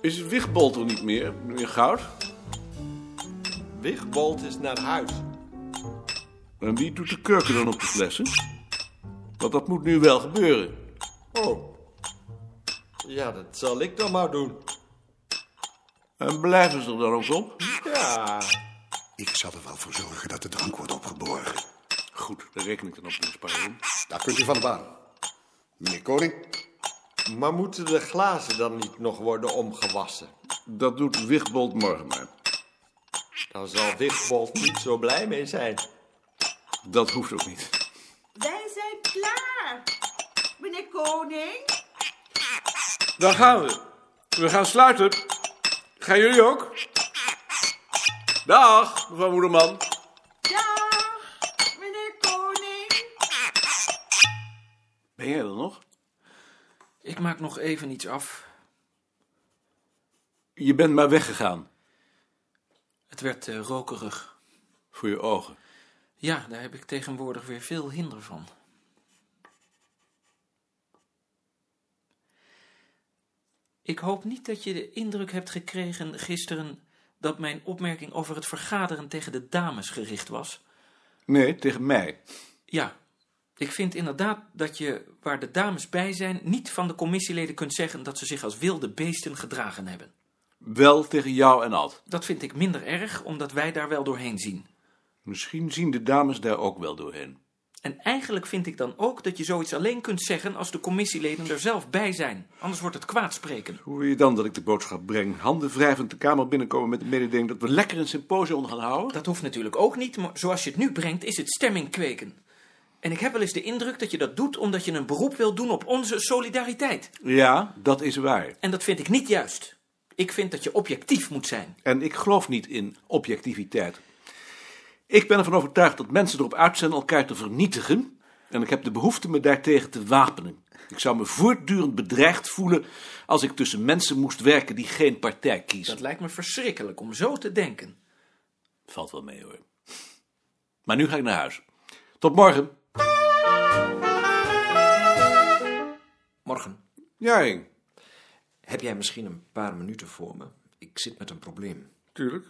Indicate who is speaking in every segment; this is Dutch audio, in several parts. Speaker 1: Is Wigbold er niet meer, meneer Goud?
Speaker 2: Wigbold is naar huis.
Speaker 1: En wie doet de kurken dan op de flessen? Want dat moet nu wel gebeuren.
Speaker 2: Oh. Ja, dat zal ik dan maar doen.
Speaker 1: En blijven ze er dan ook op?
Speaker 2: Ja.
Speaker 3: Ik zal er wel voor zorgen dat de drank wordt opgeborgen.
Speaker 1: Goed, daar reken ik dan op, meneer Sparrow.
Speaker 3: Daar kunt u van de baan. Meneer Koning,
Speaker 2: Maar moeten de glazen dan niet nog worden omgewassen?
Speaker 1: Dat doet Wigbold morgen maar.
Speaker 2: Daar zal Wigbold niet zo blij mee zijn.
Speaker 1: Dat hoeft ook niet.
Speaker 4: Wij zijn klaar. Meneer Koning,
Speaker 5: Daar gaan we. We gaan sluiten. Gaan jullie ook? Dag, mevrouw Moederman.
Speaker 4: dag. Meneer Koning.
Speaker 1: Ben jij er nog?
Speaker 6: Ik maak nog even iets af.
Speaker 1: Je bent maar weggegaan.
Speaker 6: Het werd eh, rokerig.
Speaker 1: Voor je ogen.
Speaker 6: Ja, daar heb ik tegenwoordig weer veel hinder van. Ik hoop niet dat je de indruk hebt gekregen gisteren dat mijn opmerking over het vergaderen tegen de dames gericht was.
Speaker 1: Nee, tegen mij.
Speaker 6: Ja, ik vind inderdaad dat je waar de dames bij zijn niet van de commissieleden kunt zeggen dat ze zich als wilde beesten gedragen hebben.
Speaker 1: Wel tegen jou en Ad.
Speaker 6: Dat vind ik minder erg, omdat wij daar wel doorheen zien.
Speaker 1: Misschien zien de dames daar ook wel doorheen.
Speaker 6: En eigenlijk vind ik dan ook dat je zoiets alleen kunt zeggen als de commissieleden er zelf bij zijn. Anders wordt het kwaadspreken.
Speaker 1: Hoe wil je dan dat ik de boodschap breng? Handen wrijvend de kamer binnenkomen met de mededeling dat we lekker een symposium gaan houden?
Speaker 6: Dat hoeft natuurlijk ook niet, maar zoals je het nu brengt is het stemming kweken. En ik heb wel eens de indruk dat je dat doet omdat je een beroep wil doen op onze solidariteit.
Speaker 1: Ja, dat is waar.
Speaker 6: En dat vind ik niet juist. Ik vind dat je objectief moet zijn.
Speaker 1: En ik geloof niet in objectiviteit. Ik ben ervan overtuigd dat mensen erop uit zijn elkaar te vernietigen. En ik heb de behoefte me daartegen te wapenen. Ik zou me voortdurend bedreigd voelen als ik tussen mensen moest werken die geen partij kiezen.
Speaker 6: Dat lijkt me verschrikkelijk om zo te denken.
Speaker 1: Valt wel mee hoor. Maar nu ga ik naar huis. Tot morgen.
Speaker 7: Morgen,
Speaker 1: Ja, Henk.
Speaker 7: heb jij misschien een paar minuten voor me? Ik zit met een probleem.
Speaker 1: Tuurlijk.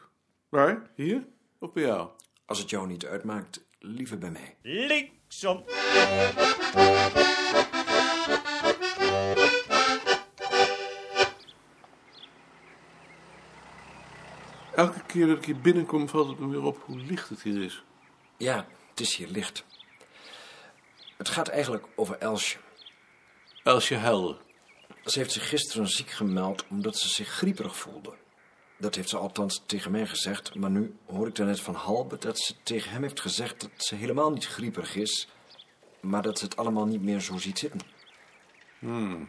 Speaker 1: Waar? Hier? Of bij jou?
Speaker 7: Als het jou niet uitmaakt, liever bij mij.
Speaker 8: linksom,
Speaker 1: Elke keer dat ik hier binnenkom valt het me weer op hoe licht het hier is.
Speaker 7: Ja, het is hier licht. Het gaat eigenlijk over Elsje.
Speaker 1: Elsje Helder.
Speaker 7: Ze heeft zich gisteren ziek gemeld omdat ze zich grieperig voelde. Dat heeft ze althans tegen mij gezegd, maar nu hoor ik daarnet van Halbe dat ze tegen hem heeft gezegd dat ze helemaal niet grieperig is, maar dat ze het allemaal niet meer zo ziet zitten. En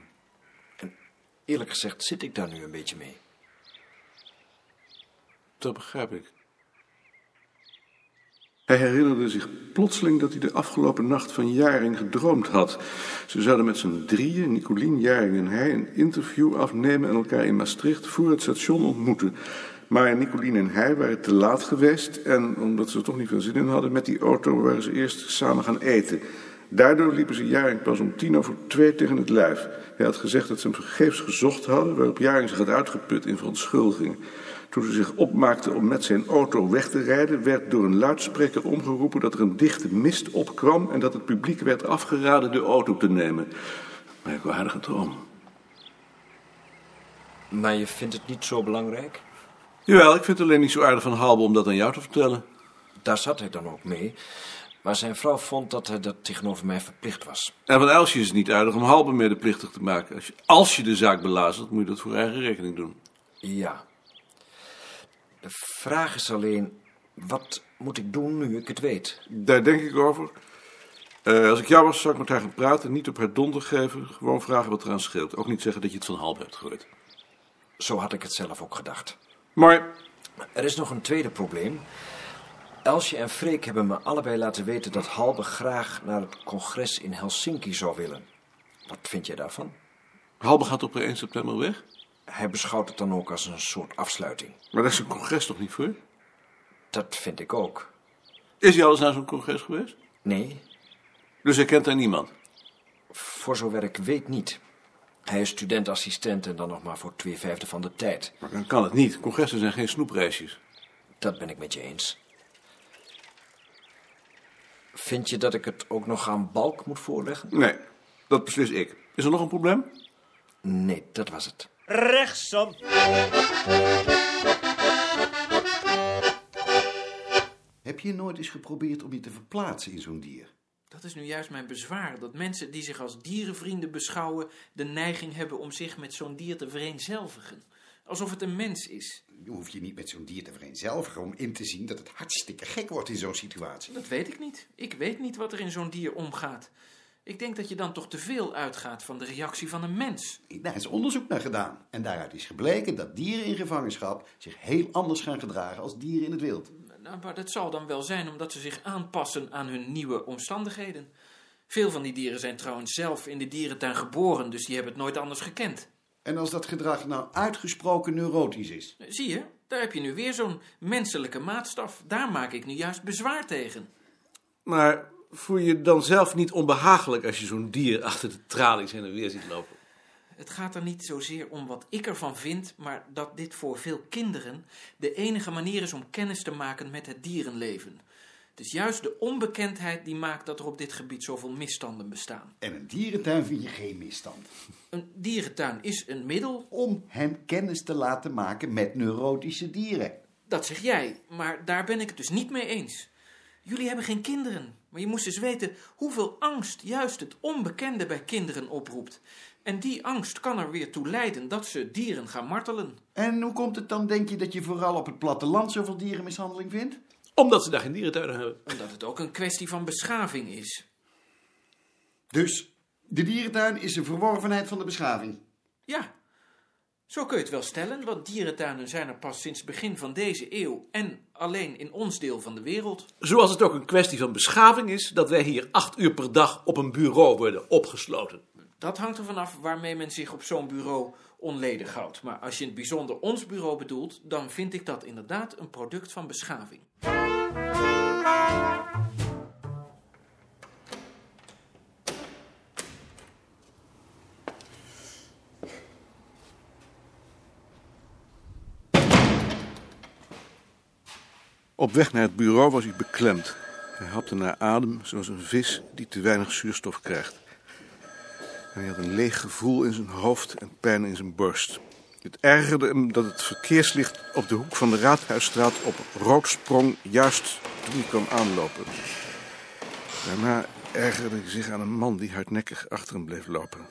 Speaker 7: eerlijk gezegd zit ik daar nu een beetje mee.
Speaker 1: Dat begrijp ik.
Speaker 9: Hij herinnerde zich plotseling dat hij de afgelopen nacht van Jaring gedroomd had. Ze zouden met z'n drieën, Nicolien, Jaring en hij, een interview afnemen en elkaar in Maastricht voor het station ontmoeten. Maar Nicolien en hij waren te laat geweest en omdat ze er toch niet veel zin in hadden, met die auto waren ze eerst samen gaan eten. Daardoor liepen ze Jaring pas om tien over twee tegen het lijf. Hij had gezegd dat ze hem vergeefs gezocht hadden, waarop Jaring zich had uitgeput in verontschuldigingen. Toen ze zich opmaakten om met zijn auto weg te rijden, werd door een luidspreker omgeroepen dat er een dichte mist opkwam en dat het publiek werd afgeraden de auto te nemen. Merkwaardige droom.
Speaker 7: Maar je vindt het niet zo belangrijk?
Speaker 1: Jawel, ik vind het alleen niet zo aardig van Halbe om dat aan jou te vertellen.
Speaker 7: Daar zat hij dan ook mee, maar zijn vrouw vond dat hij dat tegenover mij verplicht was.
Speaker 1: En van Elsje is het niet aardig om Halbe medeplichtig te maken. Als je, als je de zaak belazert, moet je dat voor eigen rekening doen.
Speaker 7: Ja. De vraag is alleen, wat moet ik doen nu ik het weet?
Speaker 1: Daar denk ik over. Eh, als ik jou was, zou ik met haar gaan praten. Niet op haar donder geven. Gewoon vragen wat eraan scheelt. Ook niet zeggen dat je het van Halbe hebt gehoord.
Speaker 7: Zo had ik het zelf ook gedacht.
Speaker 1: Maar
Speaker 7: Er is nog een tweede probleem. Elsje en Freek hebben me allebei laten weten dat Halbe graag naar het congres in Helsinki zou willen. Wat vind jij daarvan?
Speaker 1: Halbe gaat op 1 september weg.
Speaker 7: Hij beschouwt het dan ook als een soort afsluiting.
Speaker 1: Maar daar is een congres toch niet voor?
Speaker 7: Dat vind ik ook.
Speaker 1: Is hij al eens naar zo'n congres geweest?
Speaker 7: Nee,
Speaker 1: Dus hij kent daar niemand.
Speaker 7: voor zover ik weet niet. Hij is studentassistent en dan nog maar voor twee vijfde van de tijd.
Speaker 1: Maar dan kan het niet. Congressen zijn geen snoepreisjes.
Speaker 7: Dat ben ik met je eens. Vind je dat ik het ook nog aan Balk moet voorleggen?
Speaker 1: Nee, dat beslis ik. Is er nog een probleem?
Speaker 7: Nee, dat was het.
Speaker 8: Rechtsom.
Speaker 10: Heb je nooit eens geprobeerd om je te verplaatsen in zo'n dier?
Speaker 6: Dat is nu juist mijn bezwaar, dat mensen die zich als dierenvrienden beschouwen de neiging hebben om zich met zo'n dier te vereenzelvigen. Alsof het een mens is.
Speaker 10: Je hoeft je niet met zo'n dier te vereenzelvigen om in te zien dat het hartstikke gek wordt in zo'n situatie.
Speaker 6: Dat weet ik niet. Ik weet niet wat er in zo'n dier omgaat. Ik denk dat je dan toch te veel uitgaat van de reactie van een mens.
Speaker 10: Daar is onderzoek naar gedaan. En daaruit is gebleken dat dieren in gevangenschap zich heel anders gaan gedragen als dieren in het wild.
Speaker 6: Nou, maar dat zal dan wel zijn omdat ze zich aanpassen aan hun nieuwe omstandigheden. Veel van die dieren zijn trouwens zelf in de dierentuin geboren, dus die hebben het nooit anders gekend.
Speaker 10: En als dat gedrag nou uitgesproken neurotisch is,
Speaker 6: Zie je, daar heb je nu weer zo'n menselijke maatstaf. Daar maak ik nu juist bezwaar tegen.
Speaker 1: Maar voel je je dan zelf niet onbehagelijk als je zo'n dier achter de tralies heen en weer ziet lopen?
Speaker 6: Het gaat er niet zozeer om wat ik ervan vind, maar dat dit voor veel kinderen de enige manier is om kennis te maken met het dierenleven. Het is juist de onbekendheid die maakt dat er op dit gebied zoveel misstanden bestaan.
Speaker 10: en een dierentuin vind je geen misstand.
Speaker 6: Een dierentuin is een middel,
Speaker 10: Om hen kennis te laten maken met neurotische dieren.
Speaker 6: dat zeg jij, maar daar ben ik het dus niet mee eens. Jullie hebben geen kinderen, maar je moest eens weten hoeveel angst juist het onbekende bij kinderen oproept. En die angst kan er weer toe leiden dat ze dieren gaan martelen.
Speaker 10: En hoe komt het dan, denk je, dat je vooral op het platteland zoveel dierenmishandeling vindt?
Speaker 1: Omdat ze daar geen dierentuinen hebben.
Speaker 6: Omdat het ook een kwestie van beschaving is.
Speaker 10: Dus de dierentuin is een verworvenheid van de beschaving.
Speaker 6: Ja, zo kun je het wel stellen, want dierentuinen zijn er pas sinds begin van deze eeuw en alleen in ons deel van de wereld.
Speaker 1: Zoals het ook een kwestie van beschaving is dat wij hier acht uur per dag op een bureau worden opgesloten.
Speaker 6: Dat hangt er vanaf waarmee men zich op zo'n bureau onledig houdt. Maar als je in het bijzonder ons bureau bedoelt, dan vind ik dat inderdaad een product van beschaving.
Speaker 9: Op weg naar het bureau was hij beklemd. Hij hapte naar adem zoals een vis die te weinig zuurstof krijgt. En hij had een leeg gevoel in zijn hoofd en pijn in zijn borst. Het ergerde hem dat het verkeerslicht op de hoek van de Raadhuisstraat op rood sprong juist toen hij kwam aanlopen. Daarna ergerde hij zich aan een man die hardnekkig achter hem bleef lopen.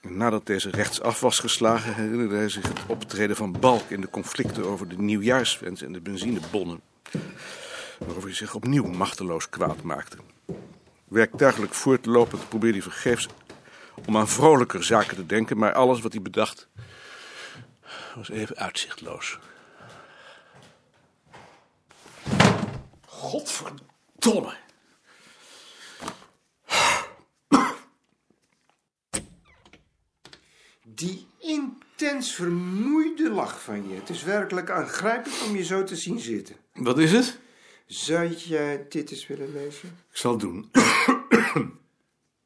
Speaker 9: En nadat deze rechtsaf was geslagen, herinnerde hij zich het optreden van Balk in de conflicten over de nieuwjaarswens en de benzinebonnen. Waarover hij zich opnieuw machteloos kwaad maakte. Werktuigelijk voortlopend probeerde hij vergeefs om aan vrolijker zaken te denken, maar alles wat hij bedacht was even uitzichtloos.
Speaker 1: Godverdomme!
Speaker 11: Die intens vermoeide lach van je. Het is werkelijk aangrijpend om je zo te zien zitten.
Speaker 1: Wat is het?
Speaker 11: Zou jij dit eens willen lezen?
Speaker 1: Ik zal het doen.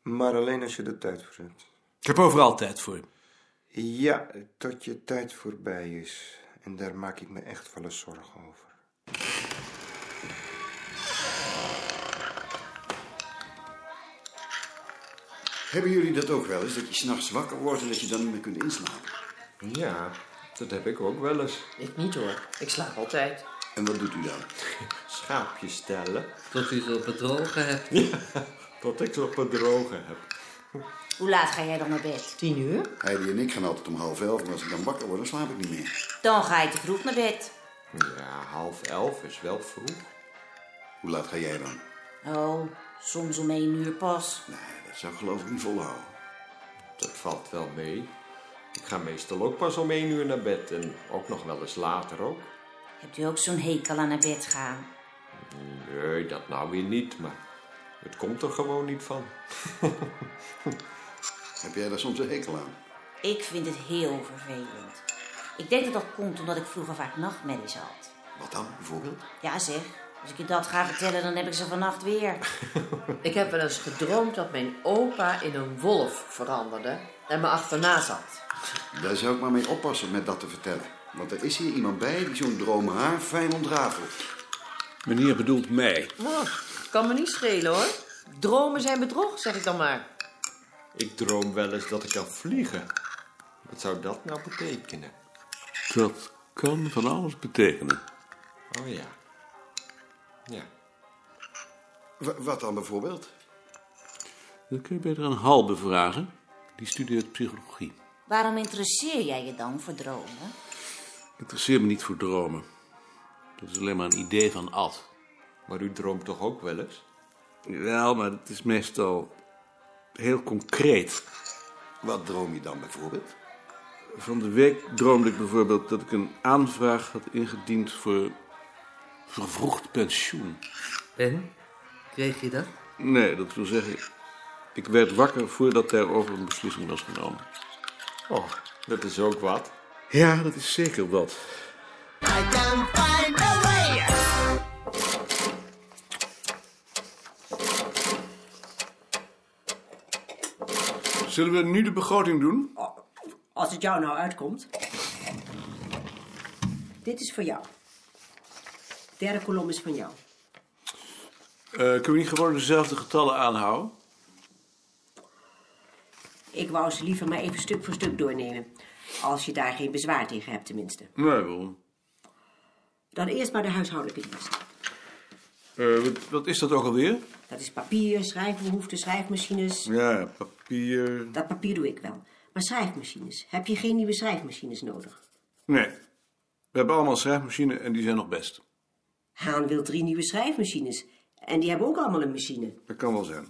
Speaker 11: Maar alleen als je er tijd voor hebt.
Speaker 1: Ik heb overal tijd voor.
Speaker 11: Ja, tot je tijd voorbij is. En daar maak ik me echt wel eens zorgen over.
Speaker 10: Hebben jullie dat ook wel eens? Dat je s'nachts wakker wordt en dat je dan niet meer kunt inslapen?
Speaker 11: Ja, dat heb ik ook wel eens.
Speaker 8: Ik niet hoor. Ik slaap altijd.
Speaker 10: En wat doet u dan?
Speaker 11: Schaapjes stellen.
Speaker 12: Tot u zo bedrogen hebt.
Speaker 11: Tot ik ze op het droge heb.
Speaker 4: Hoe laat ga jij dan naar bed?
Speaker 8: Tien uur?
Speaker 10: Heidi en ik gaan altijd om half elf, maar als ik dan wakker word, dan slaap ik niet meer.
Speaker 4: Dan ga je te vroeg naar bed.
Speaker 11: Ja, half elf is wel vroeg.
Speaker 10: Hoe laat ga jij dan?
Speaker 4: Oh, soms om één uur pas.
Speaker 10: Nee, dat zou ik geloof ik niet volhouden.
Speaker 11: Dat valt wel mee. Ik ga meestal ook pas om één uur naar bed en ook nog wel eens later ook.
Speaker 4: Hebt u ook zo'n hekel aan naar bed gaan?
Speaker 11: Nee, dat nou weer niet, maar het komt er gewoon niet van.
Speaker 10: Heb jij daar soms een hekel aan?
Speaker 4: Ik vind het heel vervelend. Ik denk dat dat komt omdat ik vroeger vaak nachtmerries had.
Speaker 10: Wat dan, bijvoorbeeld?
Speaker 4: Ja zeg, Als ik je dat ga vertellen, dan heb ik ze vannacht weer.
Speaker 8: Ik heb wel eens gedroomd dat mijn opa in een wolf veranderde en me achterna zat.
Speaker 10: Daar zou ik maar mee oppassen met dat te vertellen. Want er is hier iemand bij die zo'n droom haar fijn ontrafelt.
Speaker 1: Meneer bedoelt mij.
Speaker 8: Oh, kan me niet schelen hoor. Dromen zijn bedrog, zeg ik dan maar.
Speaker 11: Ik droom wel eens dat ik kan vliegen. Wat zou dat nou betekenen?
Speaker 1: Dat kan van alles betekenen.
Speaker 11: Oh ja. Ja.
Speaker 10: wat dan bijvoorbeeld?
Speaker 1: Dat kun je beter aan Halbe vragen. Die studeert psychologie.
Speaker 4: Waarom interesseer jij je dan voor dromen?
Speaker 1: Interesseer me niet voor dromen. Dat is alleen maar een idee van Ad.
Speaker 11: Maar u droomt toch ook wel eens?
Speaker 1: Wel, maar het is meestal heel concreet.
Speaker 10: Wat droom je dan bijvoorbeeld?
Speaker 1: Van de week droomde ik bijvoorbeeld dat ik een aanvraag had ingediend voor vervroegd pensioen.
Speaker 12: En? Kreeg je dat?
Speaker 1: Nee, dat wil zeggen, ik werd wakker voordat daarover een beslissing was genomen.
Speaker 11: Oh, dat is ook wat.
Speaker 1: Ja, dat is zeker wat. Zullen we nu de begroting doen?
Speaker 13: Als het jou nou uitkomt. Dit is voor jou. Derde kolom is van jou.
Speaker 1: Eh, kunnen we niet gewoon dezelfde getallen aanhouden?
Speaker 13: Ik wou ze liever maar even stuk voor stuk doornemen. Als je daar geen bezwaar tegen hebt, tenminste.
Speaker 1: Nee, wel.
Speaker 13: Dan eerst maar de huishoudelijke dienst.
Speaker 1: Eh, wat, wat is dat ook alweer?
Speaker 13: Dat is papier, schrijfbehoeften, schrijfmachines.
Speaker 1: Ja, papier.
Speaker 13: Dat papier doe ik wel. Maar schrijfmachines. Heb je geen nieuwe schrijfmachines nodig?
Speaker 1: Nee. We hebben allemaal schrijfmachine en die zijn nog best.
Speaker 13: Haan wil drie nieuwe schrijfmachines. En die hebben ook allemaal een machine.
Speaker 1: Dat kan wel zijn.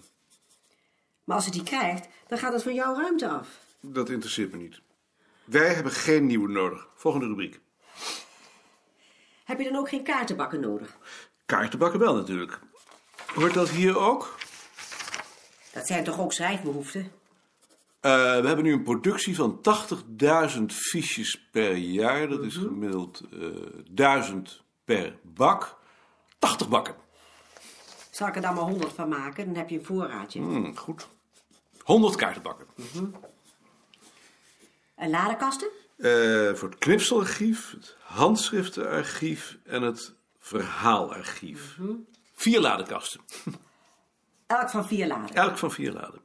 Speaker 13: Maar als ze die krijgt, dan gaat het van jouw ruimte af.
Speaker 1: Dat interesseert me niet. Wij hebben geen nieuwe nodig. Volgende rubriek.
Speaker 13: Heb je dan ook geen kaartenbakken nodig?
Speaker 1: Kaartenbakken wel natuurlijk. Hoort dat hier ook?
Speaker 13: Dat zijn toch ook schrijfbehoeften?
Speaker 1: Eh, we hebben nu een productie van 80.000 fiches per jaar. Dat is gemiddeld eh 1000 per bak. 80 bakken.
Speaker 13: Zal ik er dan maar honderd van maken? Dan heb je een voorraadje.
Speaker 1: Hmm, goed. 100 kaartenbakken.
Speaker 13: En ladenkasten?
Speaker 1: Eh, voor het knipselarchief, het handschriftenarchief en het verhaalarchief. Mhm. Vier ladenkasten.
Speaker 13: Elk van vier laden.
Speaker 1: Elk van vier laden.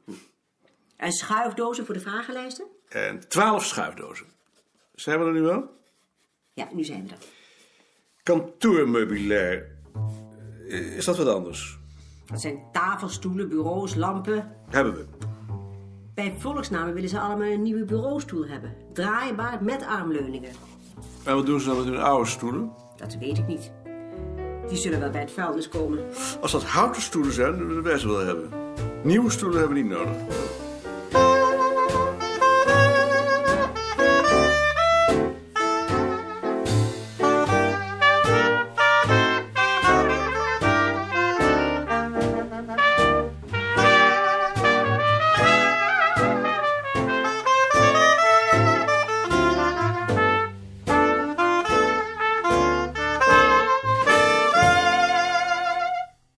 Speaker 13: En schuifdozen voor de vragenlijsten?
Speaker 1: En 12 schuifdozen. Zijn we er nu wel?
Speaker 13: Ja, nu zijn we er.
Speaker 1: Kantoormeubilair. Eh, Is dat wat anders?
Speaker 13: Dat zijn tafels, stoelen, bureaus, lampen.
Speaker 1: Hebben we.
Speaker 13: Bij volksnamen willen ze allemaal een nieuwe bureaustoel hebben. Draaibaar met armleuningen.
Speaker 1: En wat doen ze dan met hun oude stoelen?
Speaker 13: Dat weet ik niet. Die zullen wel bij het vuilnis komen.
Speaker 1: Als dat houten stoelen zijn, dan willen wij ze wel hebben. Nieuwe stoelen hebben we niet nodig.